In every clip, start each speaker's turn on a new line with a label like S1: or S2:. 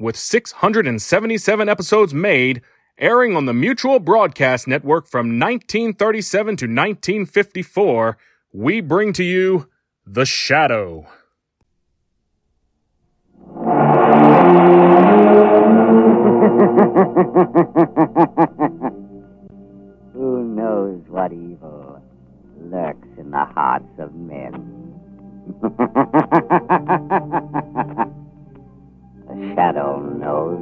S1: with 677 episodes made, airing on the Mutual Broadcast Network from 1937 to 1954, we bring to you The Shadow.
S2: Who knows what evil lurks in the hearts of men? the shadow knows.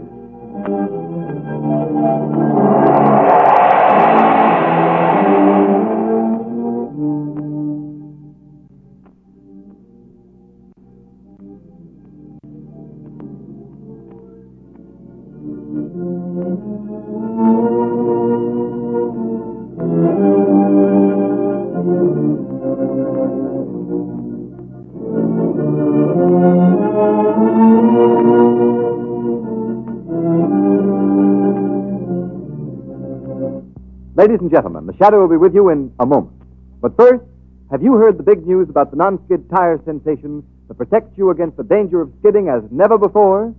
S3: Ladies and gentlemen, the shadow will be with you in a moment. But first, have you heard the big news about the non skid tire sensation that protects you against the danger of skidding as never before?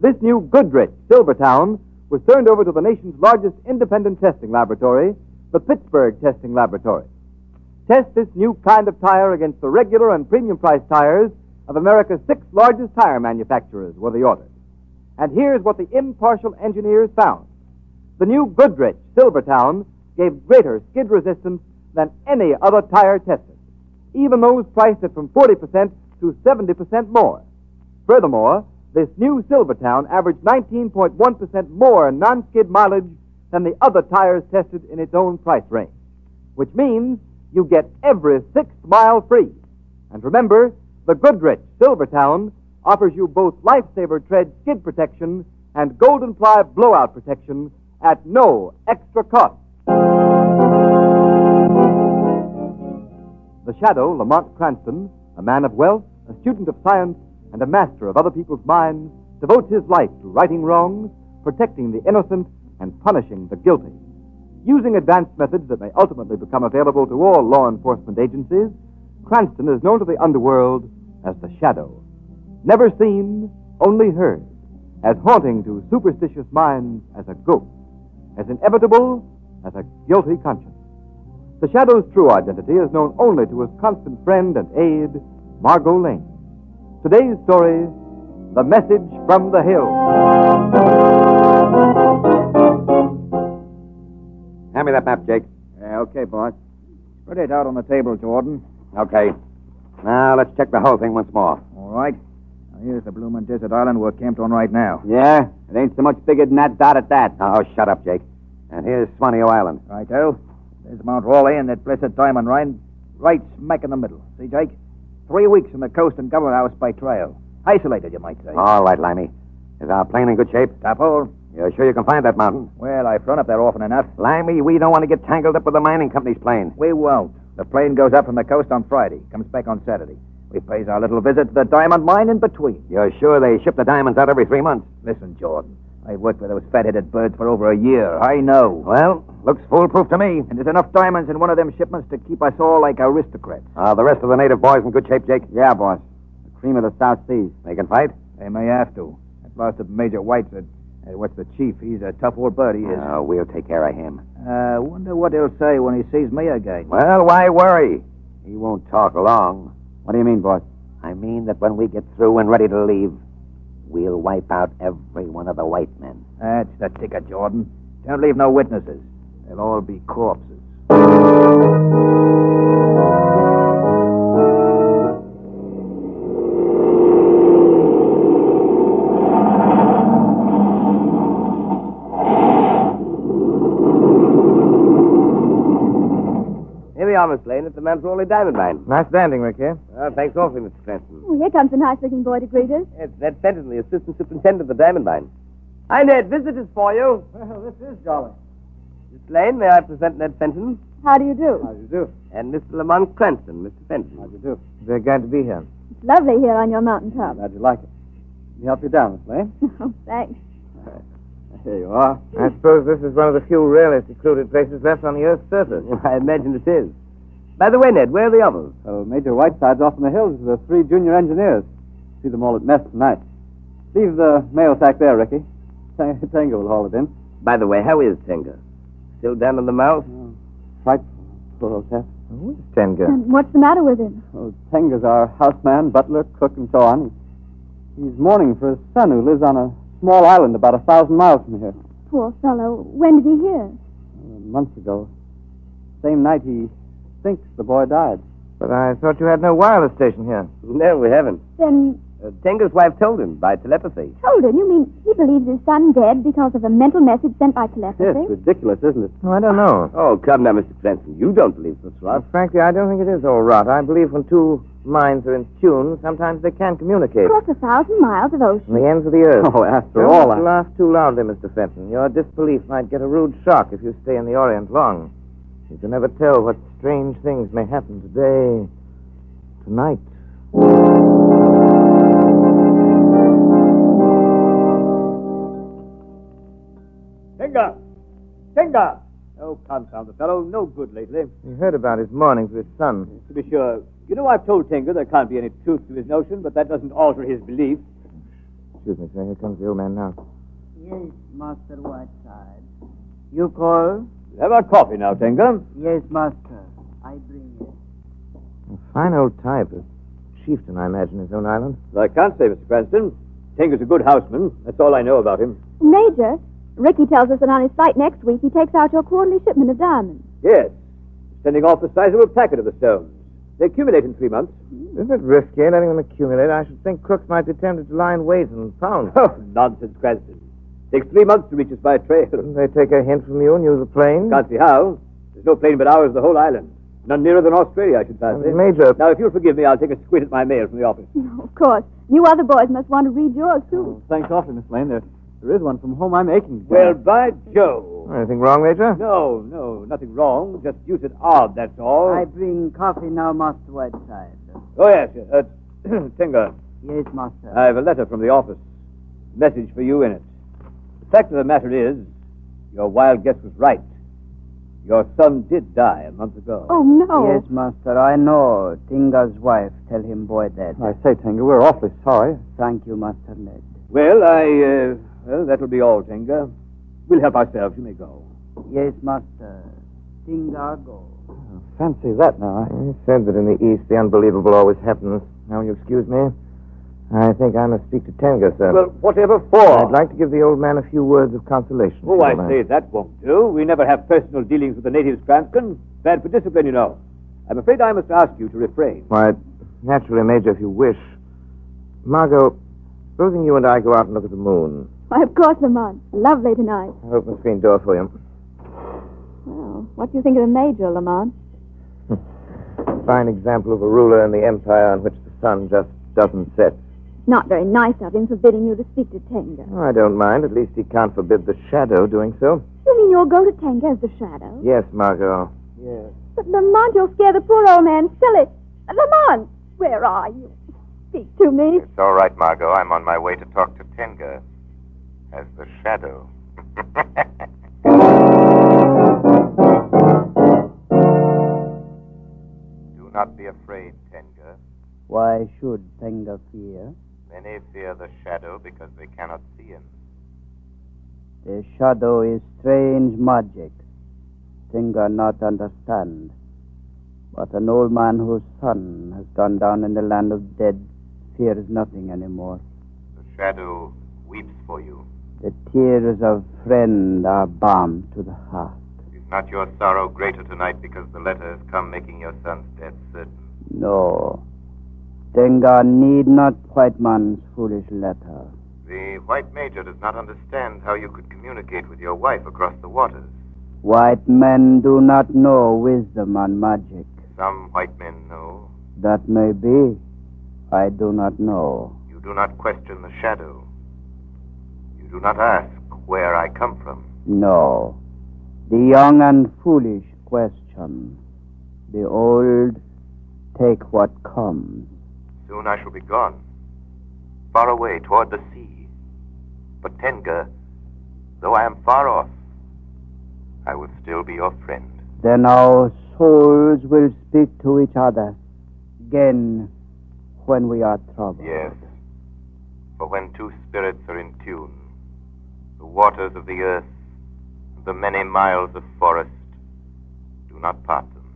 S3: This new Goodrich Silvertown was turned over to the nation's largest independent testing laboratory, the Pittsburgh Testing Laboratory. Test this new kind of tire against the regular and premium price tires of America's six largest tire manufacturers were the order. And here's what the impartial engineers found. The new Goodrich Silvertown gave greater skid resistance than any other tire tested, even those priced at from 40% to 70% more. Furthermore, this new Silvertown averaged 19.1% more non skid mileage than the other tires tested in its own price range, which means you get every sixth mile free. And remember, the Goodrich Silvertown offers you both Lifesaver Tread skid protection and Golden Ply blowout protection at no extra cost. The shadow, Lamont Cranston, a man of wealth, a student of science, and a master of other people's minds, devotes his life to righting wrongs, protecting the innocent, and punishing the guilty. Using advanced methods that may ultimately become available to all law enforcement agencies, Cranston is known to the underworld as the Shadow. Never seen, only heard, as haunting to superstitious minds as a ghost, as inevitable as a guilty conscience. The Shadow's true identity is known only to his constant friend and aide, Margot Lane. Today's story The Message from the Hill.
S4: Hand me that map, Jake.
S5: Yeah, Uh, okay, boss. Spread it out on the table, Jordan.
S4: Okay. Now let's check the whole thing once more.
S5: All right. Now, here's the Bloomin' Desert Island we're camped on right now.
S4: Yeah? It ain't so much bigger than that dot at that. Oh, shut up, Jake. And here's Swaneo Island.
S5: Righto. There's Mount Raleigh and that blessed diamond ring right smack in the middle. See, Jake? Three weeks from the coast and government house by trail. Isolated, you might say.
S4: All right, Limey. Is our plane in good shape?
S5: Top hole?
S4: You're sure you can find that mountain?
S5: Well, I've run up there often enough.
S4: Limey, we don't want to get tangled up with the mining company's plane.
S5: We won't. The plane goes up from the coast on Friday, comes back on Saturday. We pays our little visit to the diamond mine in between.
S4: You're sure they ship the diamonds out every three months?
S5: Listen, Jordan, I've worked with those fat-headed birds for over a year. I know.
S4: Well, looks foolproof to me.
S5: And there's enough diamonds in one of them shipments to keep us all like aristocrats.
S4: Are the rest of the native boys in good shape, Jake?
S2: Yeah, boss. The cream of the South Seas.
S4: They can fight?
S5: They may have to. That blasted Major White's a, uh, what's the chief? He's a tough old bird, he is.
S4: Oh, we'll take care of him.
S5: Uh, wonder what he'll say when he sees me again.
S4: Well, why worry? He won't talk long.
S2: What do you mean, boss?
S4: I mean that when we get through and ready to leave, we'll wipe out every one of the white men.
S5: That's the ticket, Jordan. Don't leave no witnesses. They'll all be corpses.
S4: Here we are, Miss Lane, at the Mount Raleigh Diamond Mine.
S6: Nice landing, Rick,
S7: eh?
S6: here.
S4: Uh, thanks awfully, Mr. Cranston.
S8: Oh, here comes a nice looking boy to greet us.
S4: It's Ned Fenton, the assistant superintendent of the Diamond Mine.
S5: Hi, Ned. Visitors for you.
S7: Well, this is jolly.
S5: Miss Lane, may I present Ned Fenton?
S8: How do you do?
S7: How do you do?
S5: And Mr. Lamont Cranston, Mr. Fenton.
S7: How do you do? Very glad to be here.
S8: It's lovely here on your mountain top.
S7: Glad you like it. Let me help you down, Miss Lane.
S8: Oh, thanks.
S7: Here you are.
S2: I suppose this is one of the few rarely secluded places left on the Earth's surface.
S5: I imagine it is. By the way, Ned, where are the others?
S7: Oh, Major Whiteside's off in the hills with the three junior engineers. See them all at mess tonight. Leave the mail sack there, Ricky. Tang- Tango will haul it in.
S5: By the way, how is Tenga? Still down in the mouth?
S7: Oh, Frightful. Poor old chap.
S2: Tenga.
S8: And what's the matter with him?
S7: Oh, Tenga's our houseman, butler, cook, and so on. He's mourning for his son who lives on a small island about a thousand miles from here.
S8: Poor fellow. When did he hear?
S7: Months ago. Same night he thinks the boy died.
S2: But I thought you had no wireless station here.
S5: No, we haven't.
S8: Then
S5: Uh, Tenga's wife told him by telepathy.
S8: told him. You mean he believes his son dead because of a mental message sent by
S7: Yes,
S8: telepathy?
S7: ridiculous, isn't it?
S2: No, I don't know.
S5: Oh, come now, Mr. Cranston. You don't believe this rot.
S2: Well, frankly, I don't think it is all rot. I believe when two minds are in tune, sometimes they can communicate.
S8: Across a thousand miles of ocean.
S2: From the ends of the earth.
S7: Oh, after
S2: Don't
S7: all, I-
S2: laugh too loudly, Mr. Fenton. Your disbelief might get a rude shock if you stay in the Orient long. You can never tell what strange things may happen today, tonight.
S7: Tinga! Tinga! Oh, confound the fellow. No good lately.
S2: You heard about his mourning for his son.
S7: To be sure. You know, I've told Tinga there can't be any truth to his notion, but that doesn't alter his belief.
S2: Excuse me, sir. Here comes the old man now.
S9: Yes, Master Whiteside. You call?
S7: Have our coffee now, Tinga.
S9: Yes, Master. I bring it.
S2: A fine old type. A chieftain, I imagine, his own island.
S7: I can't say, Mr. Cranston. Tinga's a good houseman. That's all I know about him.
S8: Major, Ricky tells us that on his flight next week he takes out your quarterly shipment of diamonds.
S7: Yes. Sending off the size of a packet of the stones. They accumulate in three months.
S2: Isn't it risky letting them accumulate? I should think crooks might be tempted to lie in wait and pound.
S7: Oh, nonsense, Cranston. Takes three months to reach us by trail.
S2: Couldn't they take a hint from you and use a plane?
S7: Can't see how. There's no plane but ours the whole island. None nearer than Australia, I should fancy.
S2: Major,
S7: Now, if you'll forgive me, I'll take a squint at my mail from the office.
S8: No, of course. You other boys must want to read yours, too.
S7: Oh, thanks awfully, Miss Lane. There, there is one from home I'm aching. Well, by Jove.
S2: anything wrong, Major?
S7: No, no, nothing wrong. Just use it odd, that's all.
S9: I bring coffee now, Master Whiteside.
S7: Oh, yes. yes, Uh, Tinker,
S9: Yes, Master.
S7: I have a letter from the office. Message for you in it. The fact of the matter is, your wild guess was right. Your son did die a month ago.
S8: Oh, no.
S9: Yes, Master. I know. Tinga's wife. Tell him boy that.
S7: I say, Tinker, we're awfully sorry.
S9: Thank you, Master Ned.
S7: Well, I, uh, well, that'll be all, Tinker. We'll help ourselves. You may go.
S9: Yes, Master. Tinga go.
S7: Fancy that now.
S10: eh?
S2: I said that in the East the unbelievable always happens. Now, will you excuse me? I think I must speak to Tenga, sir.
S7: Well, whatever for.
S2: I'd like to give the old man a few words of consolation. if
S7: Oh,
S2: you
S7: I
S2: don't
S7: say
S2: mind.
S7: that won't do. We never have personal dealings with the natives, Cranston. Bad for discipline, you know. I'm afraid I must ask you to refrain.
S2: Why, naturally, Major, if you wish. Margot, supposing you and I go out and look at the moon.
S8: Why, of course, Lamont. Lovely tonight.
S2: I'll open the screen door for you.
S8: Well, what do you think of the Major, Lamont?
S2: Fine example of a ruler in the empire on which the sun just doesn't set.
S8: Not very nice of him forbidding you to speak to Tenga.
S2: Oh, I don't mind. At least he can't forbid the shadow doing so.
S8: You mean you'll go to Tenga as the shadow?
S2: Yes, Margot.
S8: But Lamont, you'll scare the poor old man silly. Lamont, where are you? Speak to me.
S11: It's all right, Margot. I'm on my way to talk to Tenga as the shadow. Do not be afraid, Tenga.
S9: Why should Tinga fear?
S11: Many fear the shadow because they cannot see him.
S9: The shadow is strange magic. Tinga not understand. But an old man whose son has gone down in the land of dead fears nothing anymore.
S11: The shadow weeps for you.
S9: The tears of friend are balm to the heart.
S11: Is not your sorrow greater tonight because the letter has come making your son's death certain?
S9: No. Tenga need not white man's foolish letter.
S11: The white major does not understand how you could communicate with your wife across the waters.
S9: White men do not know wisdom and magic.
S11: Some white men know.
S9: That may be. I do not know.
S11: You do not question the shadow. You do Do not ask where I come from.
S9: No. The young and foolish question. The old take what comes.
S11: Soon I shall be gone, far away toward the sea. But Tenga, though I am far off, I will still be your friend.
S9: Then our souls will speak to each other again when we are troubled.
S11: Yes. For when two spirits are in tune, the waters of the earth, the many miles of forest, do not part them.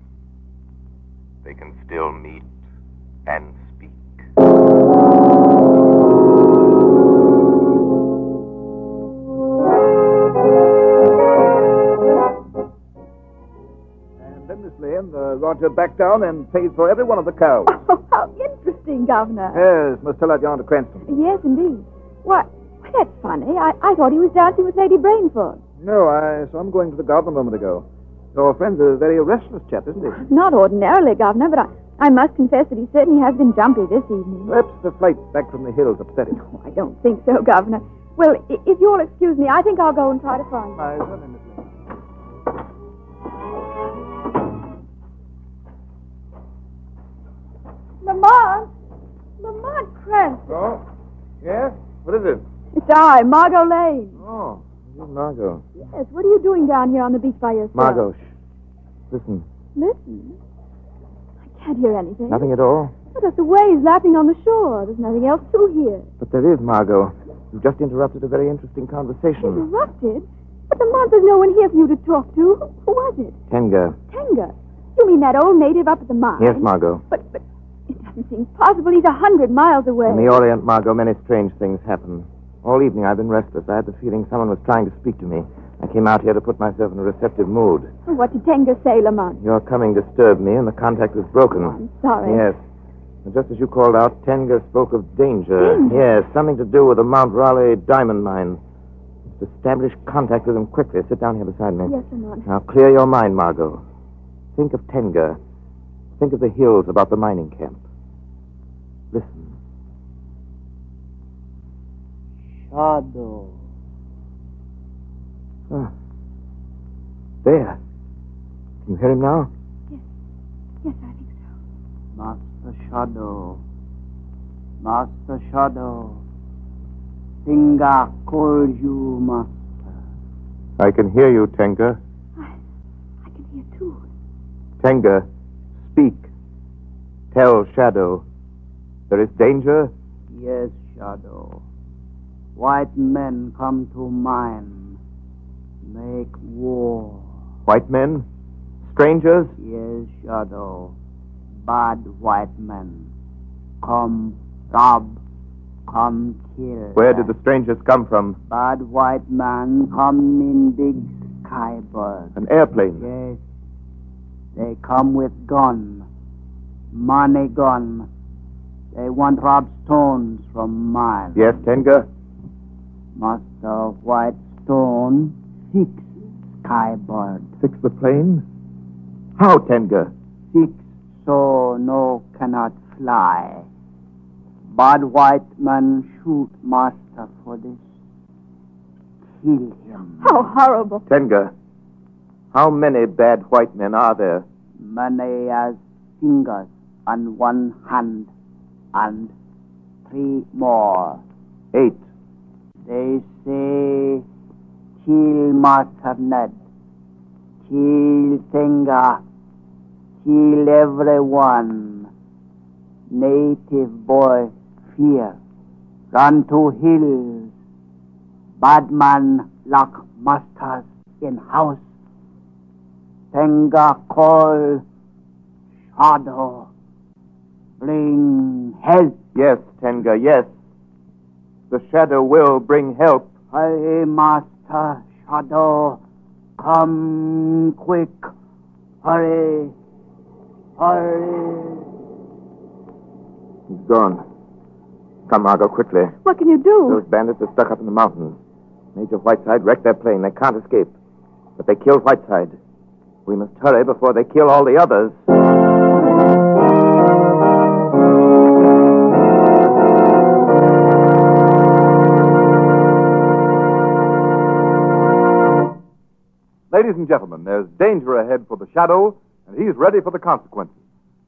S11: They can still meet and speak.
S10: And then, Miss Lane, uh, Roger backed down and paid for every one of the cows.
S8: Oh, how interesting, Governor.
S10: yes, must tell that yonder Cranston.
S8: Yes, indeed. Why, why, that's funny. I, I thought he was dancing with Lady Brainford.
S10: No, I saw him going to the garden a moment ago. Your friend's a very restless chap, isn't he?
S8: Not ordinarily, Governor, but I, I must confess that he certainly has been jumpy this evening.
S10: Perhaps the flight back from the hills upset him.
S8: No, I don't think so, Governor. Well, i- if you'll excuse me, I think I'll go and try to find him.
S10: My certainly, Miss Lane.
S8: Lamont! Lamont Cranston!
S10: Oh? Yes? What is it?
S8: It's I, Margot Lane.
S2: Oh, you Margot.
S8: Yes, what are you doing down here on the beach by yourself?
S2: Margot, shh. Listen,
S8: Listen. I can't hear anything.
S2: nothing at all?
S8: But there's the waves lapping on the shore. There's nothing else to hear.
S2: But there is Margot. You just interrupted a very interesting conversation.
S8: Interrupted? But Lamont, there's no one here for you to talk to. Who was it?
S2: Tenga.
S8: Tenga. You mean that old native up at the mine?
S2: Yes, Margot.
S8: But, but it doesn't seem possible. He's a hundred miles away.
S2: In the Orient, Margot, many strange things happen. All evening I've been restless. I had the feeling someone was trying to speak to me. I came out here to put myself in a receptive mood.
S8: Oh, What did Tenga say, Lamont?
S2: Your coming disturbed me, and the contact was broken.
S8: I'm sorry.
S2: Yes. And just as you called out, Tenga spoke of danger. Yes, something to do with the Mount Raleigh diamond mine. Just Establish contact with him quickly. Sit down here beside me.
S8: Yes, Lamont.
S2: Now clear your mind, Margot. Think of Tenga. Think of the hills about the mining camp. Listen.
S9: Shadow.
S2: Ah. There. Can you hear him now?
S8: Yes, I think so.
S9: Master Shadow. Master Shadow. Tinga calls you, Master.
S2: I can hear you, Tenga.
S8: I can hear too.
S2: Tenga, speak. Tell Shadow. There is danger.
S9: Yes, Shadow. White men come to mine. Make war.
S2: White men? Strangers?
S9: Yes, Shadow. Bad white men. Come rob. Come kill.
S2: Where did the strangers come from?
S9: Bad white man come in big skybird.
S2: An airplane.
S9: Yes. They come with gun. Money gun. They want rob stones from mine.
S2: Yes, Tenga.
S9: Master White Stone, six skybird.
S2: Fix the plane? How, Tenga?
S9: Six so no cannot fly. Bad white man shoot master for this. Kill him.
S8: How horrible.
S2: Tenga. How many bad white men are there?
S9: Many as fingers on one hand and three more.
S2: Eight.
S9: They say, kill Master Ned, kill Tenga, kill everyone. Native boy, fear, run to hills. Bad man, lock masters in house. Tenga call, shadow, bring help.
S2: Yes, Tenga, yes. The shadow will bring help.
S9: Hey, Master Shadow, come quick. Hurry, hurry.
S2: He's gone. Come, Margot, quickly.
S8: What can you do?
S2: Those bandits are stuck up in the mountain. Major Whiteside wrecked their plane. They can't escape. But they killed Whiteside. We must hurry before they kill all the others.
S10: Ladies and gentlemen, there's danger ahead for the shadow, and he's ready for the consequences.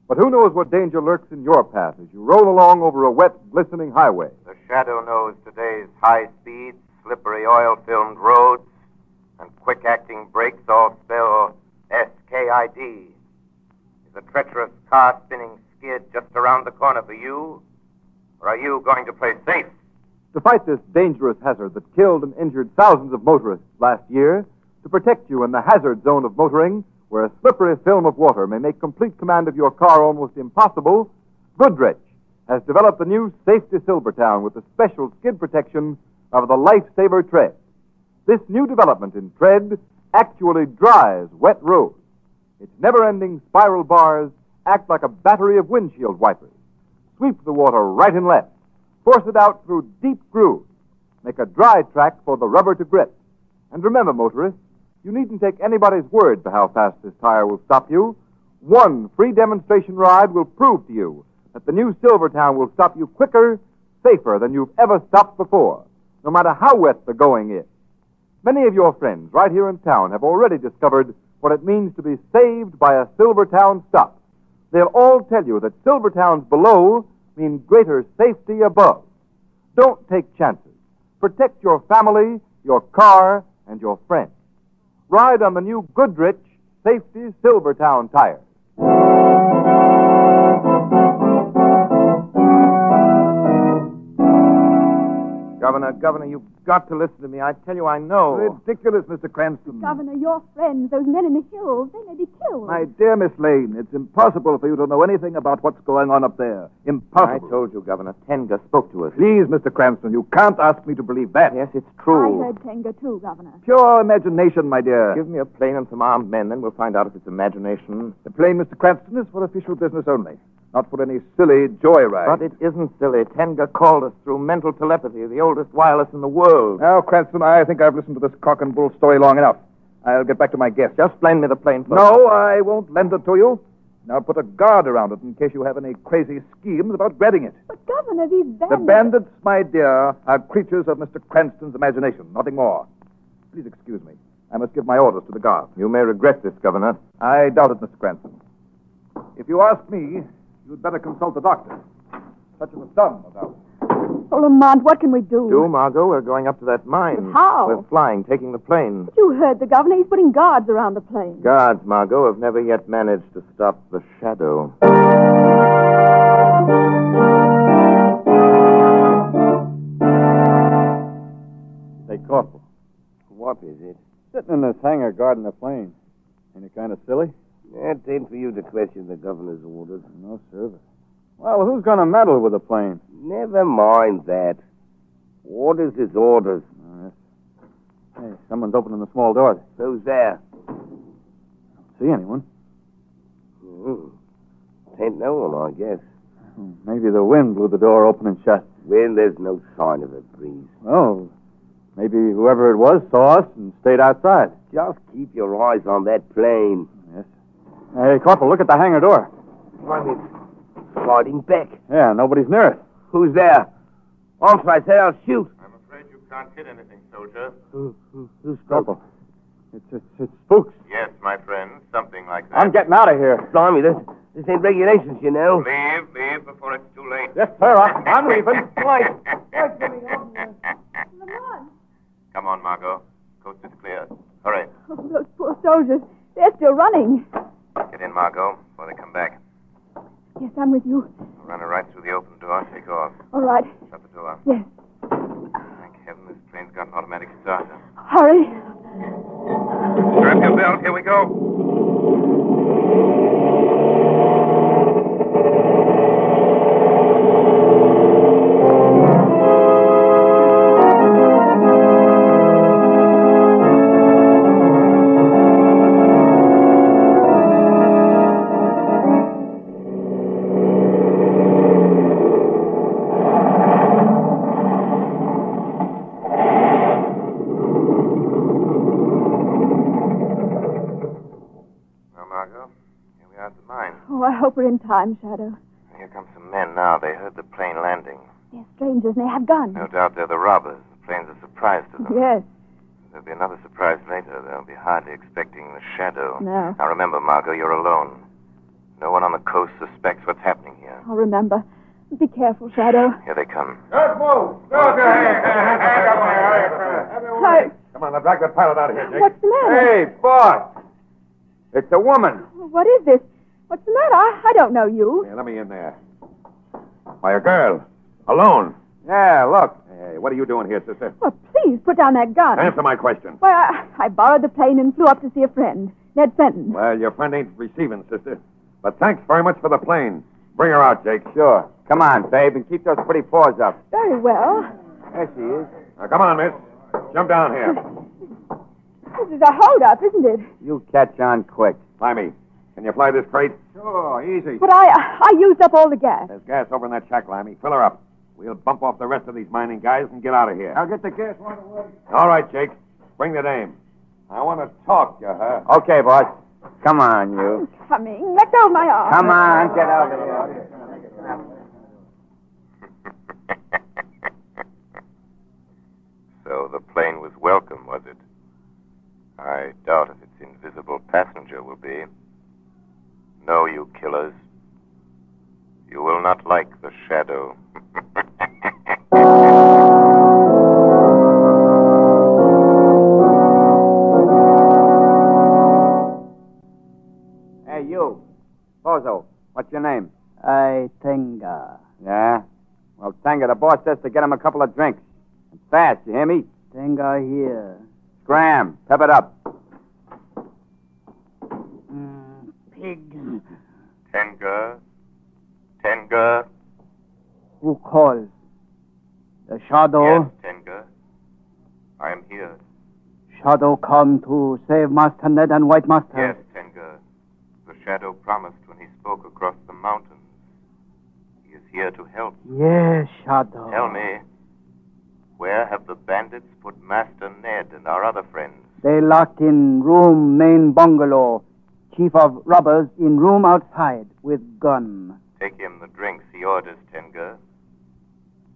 S10: But who knows what danger lurks in your path as you roll along over a wet, glistening highway?
S11: The shadow knows today's high speed, slippery oil filmed roads, and quick acting brakes all spell SKID. Is a treacherous car spinning skid just around the corner for you? Or are you going to play safe?
S10: To fight this dangerous hazard that killed and injured thousands of motorists last year, to protect you in the hazard zone of motoring, where a slippery film of water may make complete command of your car almost impossible, Goodrich has developed the new Safety Silvertown with the special skid protection of the Lifesaver Tread. This new development in tread actually dries wet roads. Its never ending spiral bars act like a battery of windshield wipers, sweep the water right and left, force it out through deep grooves, make a dry track for the rubber to grip. And remember, motorists, you needn't take anybody's word for how fast this tire will stop you. One free demonstration ride will prove to you that the new Silvertown will stop you quicker, safer than you've ever stopped before, no matter how wet the going is. Many of your friends right here in town have already discovered what it means to be saved by a Silvertown stop. They'll all tell you that Silvertowns below mean greater safety above. Don't take chances. Protect your family, your car, and your friends. Ride on the new Goodrich Safety Silvertown tires.
S2: Governor, Governor, you've got to listen to me. I tell you, I know.
S10: Ridiculous, Mr. Cranston.
S8: Governor, your friends, those men in the hills, they may be killed.
S10: Hmm. My dear Miss Lane, it's impossible for you to know anything about what's going on up there.
S2: I
S10: Impossible.
S2: told you, Governor. Tenga spoke to us.
S10: Please, Mr. Cranston, you can't ask me to believe that.
S2: Yes, it's
S8: I
S2: true.
S8: heard Tenga too, Governor.
S10: Pure imagination, my dear.
S2: Give me a plane and some armed men, then we'll find out if it's imagination.
S10: The plane, Mr. Cranston, is for official business only, not for any silly joyride.
S2: But it isn't silly. Tenga called us through mental telepathy, the oldest wireless in the world.
S10: Now, Cranston, I think I've listened to this cock and bull story long enough. I'll get back to my guest.
S2: Just lend me the plane first.
S10: No, I won't lend it to you. And I'll put a guard around it in case you have any crazy schemes about grabbing it.
S8: But, Governor, these
S10: The
S8: bandits.
S10: bandits, my dear, are creatures of Mr. Cranston's imagination, nothing more. Please excuse me. I must give my orders to the guard.
S2: You may regret this, Governor.
S10: I doubt it, Mr. Cranston. If you ask me, you'd better consult the doctor. Such was done, no doubt.
S8: Oh, Lamont, what can we do?
S2: Do, Margot, we're going up to that mine.
S8: But how?
S2: We're flying, taking the plane.
S8: You heard the governor. He's putting guards around the plane.
S2: Guards, Margot, have never yet managed to stop the shadow.
S7: Say, Corporal,
S5: What is it?
S7: sitting in this hangar guarding the plane. Ain't it kind of silly?
S5: It ain't for you to question the governor's orders.
S7: No service. Well, who's going to meddle with the plane?
S5: Never mind that. Orders is orders.
S7: Hey, someone's opening the small door.
S5: Who's there?
S7: See anyone?
S5: Hmm. Ain't no one, I guess.
S7: Maybe the wind blew the door open and shut.
S5: Well, there's no sign of a breeze.
S7: Oh, maybe whoever it was saw us and stayed outside.
S5: Just keep your eyes on that plane.
S7: Hey, Corporal, look at the hangar door.
S5: Why, it's sliding back.
S7: Yeah, nobody's near it.
S5: Who's there? Officer, I said I'll shoot.
S11: I'm afraid you can't hit anything, soldier.
S5: Who, who, who's
S7: Corporal, it's, it's, it's spooks.
S11: Yes, my friend, something like that.
S7: I'm getting out of here.
S5: Blimey, this, this ain't regulations, you know.
S11: Leave, leave before it's too late.
S7: Yes, sir, I'm, I'm leaving. Right.
S8: Lamont,
S11: Come on, Margot. Coast is clear. Hurry.
S8: oh, those poor soldiers. They're still running.
S11: Get in, Margot, before they come back.
S8: Yes, I'm with you.
S11: Run her right through the open door. Take off.
S8: All right.
S11: Shut the door.
S8: Yes.
S11: Thank heaven this plane's got an automatic starter.
S8: Hurry.
S11: Strap your belt. Here we go. Now, Margot, here we are at the mine.
S8: Oh, I hope we're in time, Shadow.
S11: Here come some men now. They heard the plane landing.
S8: They're strangers and they have guns.
S11: No doubt they're the robbers. The plane's a surprise to them.
S8: Yes.
S11: There'll be another surprise later. They'll be hardly expecting the shadow.
S8: No.
S11: Now remember, Margot, you're alone. No one on the coast suspects what's happening here.
S8: I'll remember. Be careful, Shadow.
S11: Here they come.
S12: Don't move! Don't move! Hand up my
S8: Hey,
S12: Come on, now drag that pilot out of here, Jake.
S8: What's the matter?
S12: Hey, boss! It's a woman.
S8: what is this? What's the matter? I, I don't know you.
S12: Here, let me in there. Why, a girl. Alone. Yeah, look. Hey, what are you doing here, sister?
S8: Well, please put down that gun.
S12: Answer my question.
S8: Why, I, I borrowed the plane and flew up to see a friend, Ned Fenton.
S12: Well, your friend ain't receiving, sister. But thanks very much for the plane. Bring her out, Jake.
S7: Sure. Come on, babe, and keep those pretty paws up.
S8: Very well.
S7: There she is.
S12: Now, come on, miss. Jump down here.
S8: This is a holdup, isn't it?
S7: You catch on quick.
S12: Fly me. Can you fly this crate?
S7: Sure, easy.
S8: But I, I used up all the gas.
S12: There's gas over in that shack, Lammy. Fill her up. We'll bump off the rest of these mining guys and get out of here.
S7: Now get the gas one away.
S12: All right, Jake. Bring the name. I want to talk to her.
S7: Okay, boss. Come on, you.
S8: Coming. Let go of my arm.
S7: Come on, get out of here.
S11: so the plane was welcome, was it? I doubt if its invisible passenger will be. No, you killers. You will not like the shadow.
S7: Hey, you. Bozo, what's your name?
S9: I, Tenga.
S7: Yeah? Well, Tanga, the boss says to get him a couple of drinks. And fast, you hear me?
S9: Tenga here.
S7: Scram. Pep it up.
S9: Mm, pig.
S11: Tenga. Tenga.
S9: Who calls? The shadow?
S11: Yes, Tenga. I am here.
S9: Shadow come to save Master Ned and White Master.
S11: Yes, Tenga. The shadow promised when he spoke across the mountains. He is here to help.
S9: Yes, Shadow.
S11: Tell me, where have the bandits put Master Ned and our other friends?
S9: They locked in room main bungalow. Chief of robbers in room outside with gun.
S11: Take him the drinks he orders, Tenga.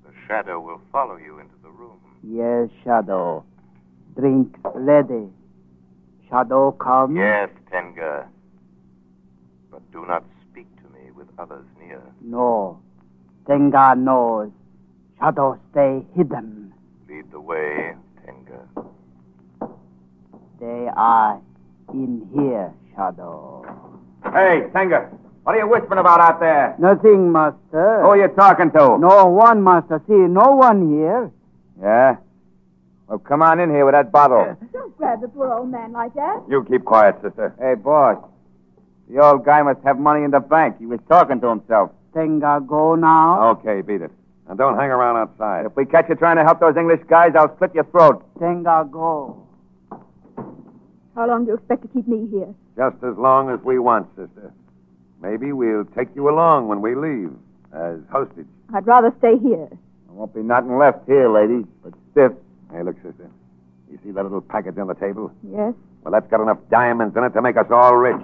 S11: The shadow will follow you into the room.
S9: Yes, Shadow. Drink ready. Shadow come.
S11: Yes, Tenga. But do not speak to me with others near.
S9: No. Tenga knows. Shadow stay hidden.
S11: Lead the way, Tenga.
S9: They are in here, Shadow.
S7: Hey, Tanga. What are you whispering about out there?
S9: Nothing, Master.
S7: Who are you talking to?
S9: No one, Master. See, no one here.
S7: Yeah? Well, come on in here with that bottle.
S8: Don't grab the poor old man like that.
S12: You keep quiet, sister.
S7: Hey, boss. The old guy must have money in the bank. He was talking to himself.
S9: Tenga go now.
S12: Okay, beat it. And don't hang around outside.
S7: If we catch you trying to help those English guys, I'll slit your throat.
S9: Tenga go.
S8: How long do you expect to keep me here?
S12: Just as long as we want, sister. Maybe we'll take you along when we leave as hostage.
S8: I'd rather stay here.
S7: There won't be nothing left here, lady, but stiff.
S12: Hey, look, sister. You see that little package on the table?
S8: Yes?
S12: Well, that's got enough diamonds in it to make us all rich.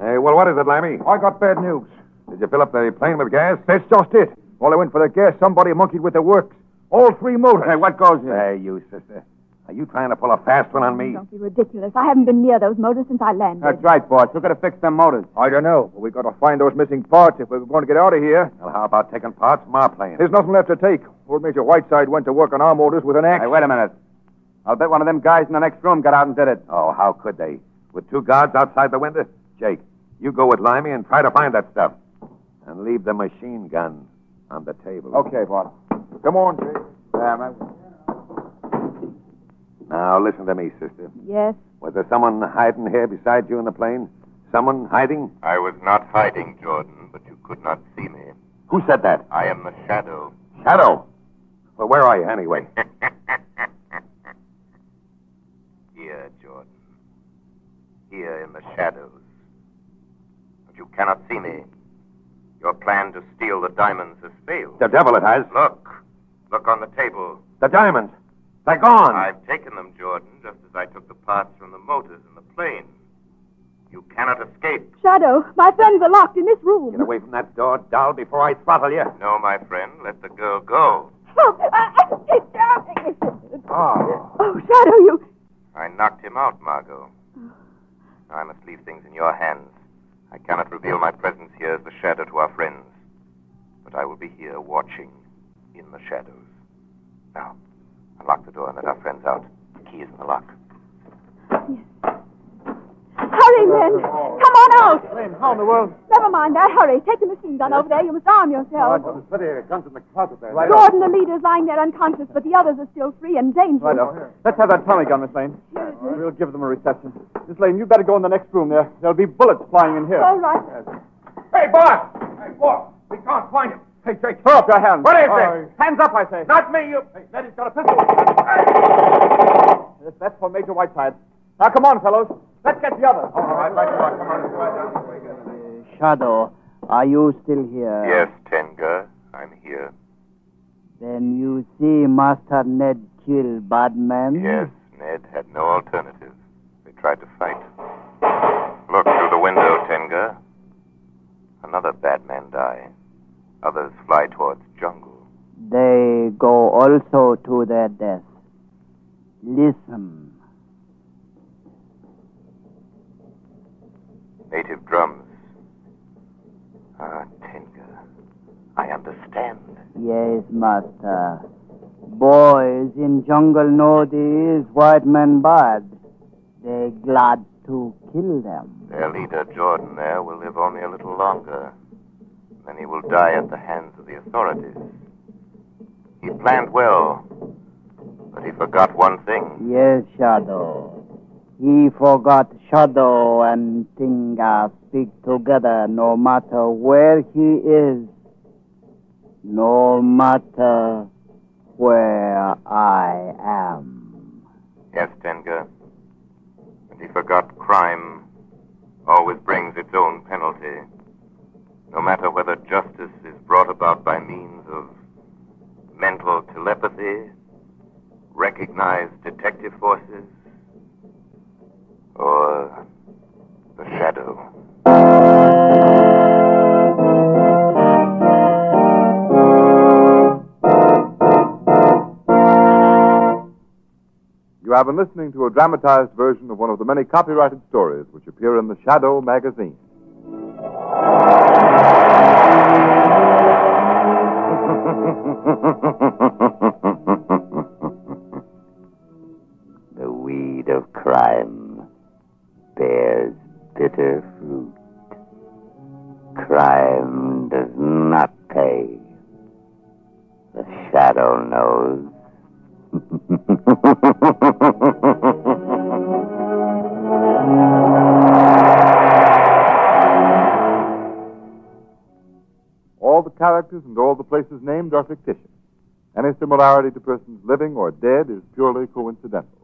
S12: Hey, well, what is it, Lammy?
S10: I got bad news.
S12: Did you fill up the plane with gas?
S10: That's just it. While I went for the gas, somebody monkeyed with the works. All three motors.
S12: Hey, what goes Hey, you, sister. Are you trying to pull a fast one on me?
S8: Don't be ridiculous. I haven't been near those motors since I landed.
S7: That's right, boss. We're going to fix them motors.
S10: I don't know. But we got to find those missing parts if we're going to get out of here.
S12: Well, how about taking parts from our plane?
S10: There's nothing left to take. Old Major Whiteside went to work on our motors with an axe.
S7: Hey, wait a minute. I'll bet one of them guys in the next room got out and did it.
S12: Oh, how could they? With two guards outside the window? Jake, you go with Limey and try to find that stuff. And leave the machine gun on the table.
S10: Okay, boss. Come on, Jake.
S12: Now, listen to me, sister.
S8: Yes.
S12: Was there someone hiding here beside you in the plane? Someone hiding?
S11: I was not hiding, Jordan, but you could not see me.
S12: Who said that?
S11: I am the shadow.
S12: Shadow. Well, where are you anyway?
S11: Here, Jordan. Here in the shadows. But you cannot see me. Your plan to steal the diamonds has failed.
S12: The devil it has.
S11: Look. Look on the table.
S12: The diamonds. They're gone.
S11: I've taken them, Jordan, just as I took the parts from the motors in the plane. You cannot escape.
S8: Shadow, my friends are locked in this room.
S12: Get away from that door, doll, before I throttle you.
S11: No, my friend, let the girl go.
S8: Help! I, I, it's drowning.
S12: Ah,
S11: Oh.
S8: Oh, Shadow, you.
S11: I knocked him out, Margot. I must leave things in your hands. I cannot reveal my presence here as the shadow to our friends. But I will be here watching in the shadows. Now, unlock the door and let our friends out. The key is in the lock.
S8: Hurry, men. Come on out.
S13: Lynn, how in the world?
S8: Never mind that. Hurry. Take the machine gun over there. You must arm
S10: Oh,
S8: yourself.
S13: Put the guns in the closet there.
S8: Gordon, the leader, is lying there unconscious, but the others are still free and dangerous.
S10: Righto. Let's have that Tommy gun, Miss Lane. We'll give them a reception. Miss Lane, you better go in the next room there. There'll be bullets flying in here.
S8: All right.
S13: Hey, boss! Hey, boss! We can't find him. Hey, Jake,
S10: Throw up your hands.
S13: What is
S10: Oh,
S13: it? Hands up, I say. Not me, you. Hey, Letty's got a pistol.
S10: Yes, that's for Major Whiteside. Now, come on, fellows. Let's get the others. all right, right,
S9: Shadow, are you still here?
S11: Yes, Tenga, I'm here.
S9: Then you see Master Ned kill Badman?
S11: Yes, Ned had no alternative. They tried to fight. Look through the window, Tenga. Another bad man die. Others fly towards jungle.
S9: They go also to their death. Listen.
S11: Native drums. Ah, Tenga. I understand.
S9: Yes, Master. Boys in jungle know these white men bad. They glad to kill them.
S11: Their leader, Jordan, there, will live only a little longer. Then he will die at the hands of the authorities. He planned well, but he forgot one thing.
S9: Yes, Shadow. He forgot Shadow and Tinga speak together no matter where he is. No matter where I am.
S11: Yes, Tenga. And he forgot crime always brings its own penalty. No matter whether justice is brought about by means of mental telepathy, recognized detective forces, or the shadow.
S10: You have been listening to a dramatized version of one of the many copyrighted stories which appear in the Shadow magazine.
S14: The weed of crime bears bitter fruit. Crime does not pay. The shadow knows.
S10: All the characters and all the places named are fictitious. Any similarity to persons living or dead is purely coincidental.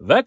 S1: That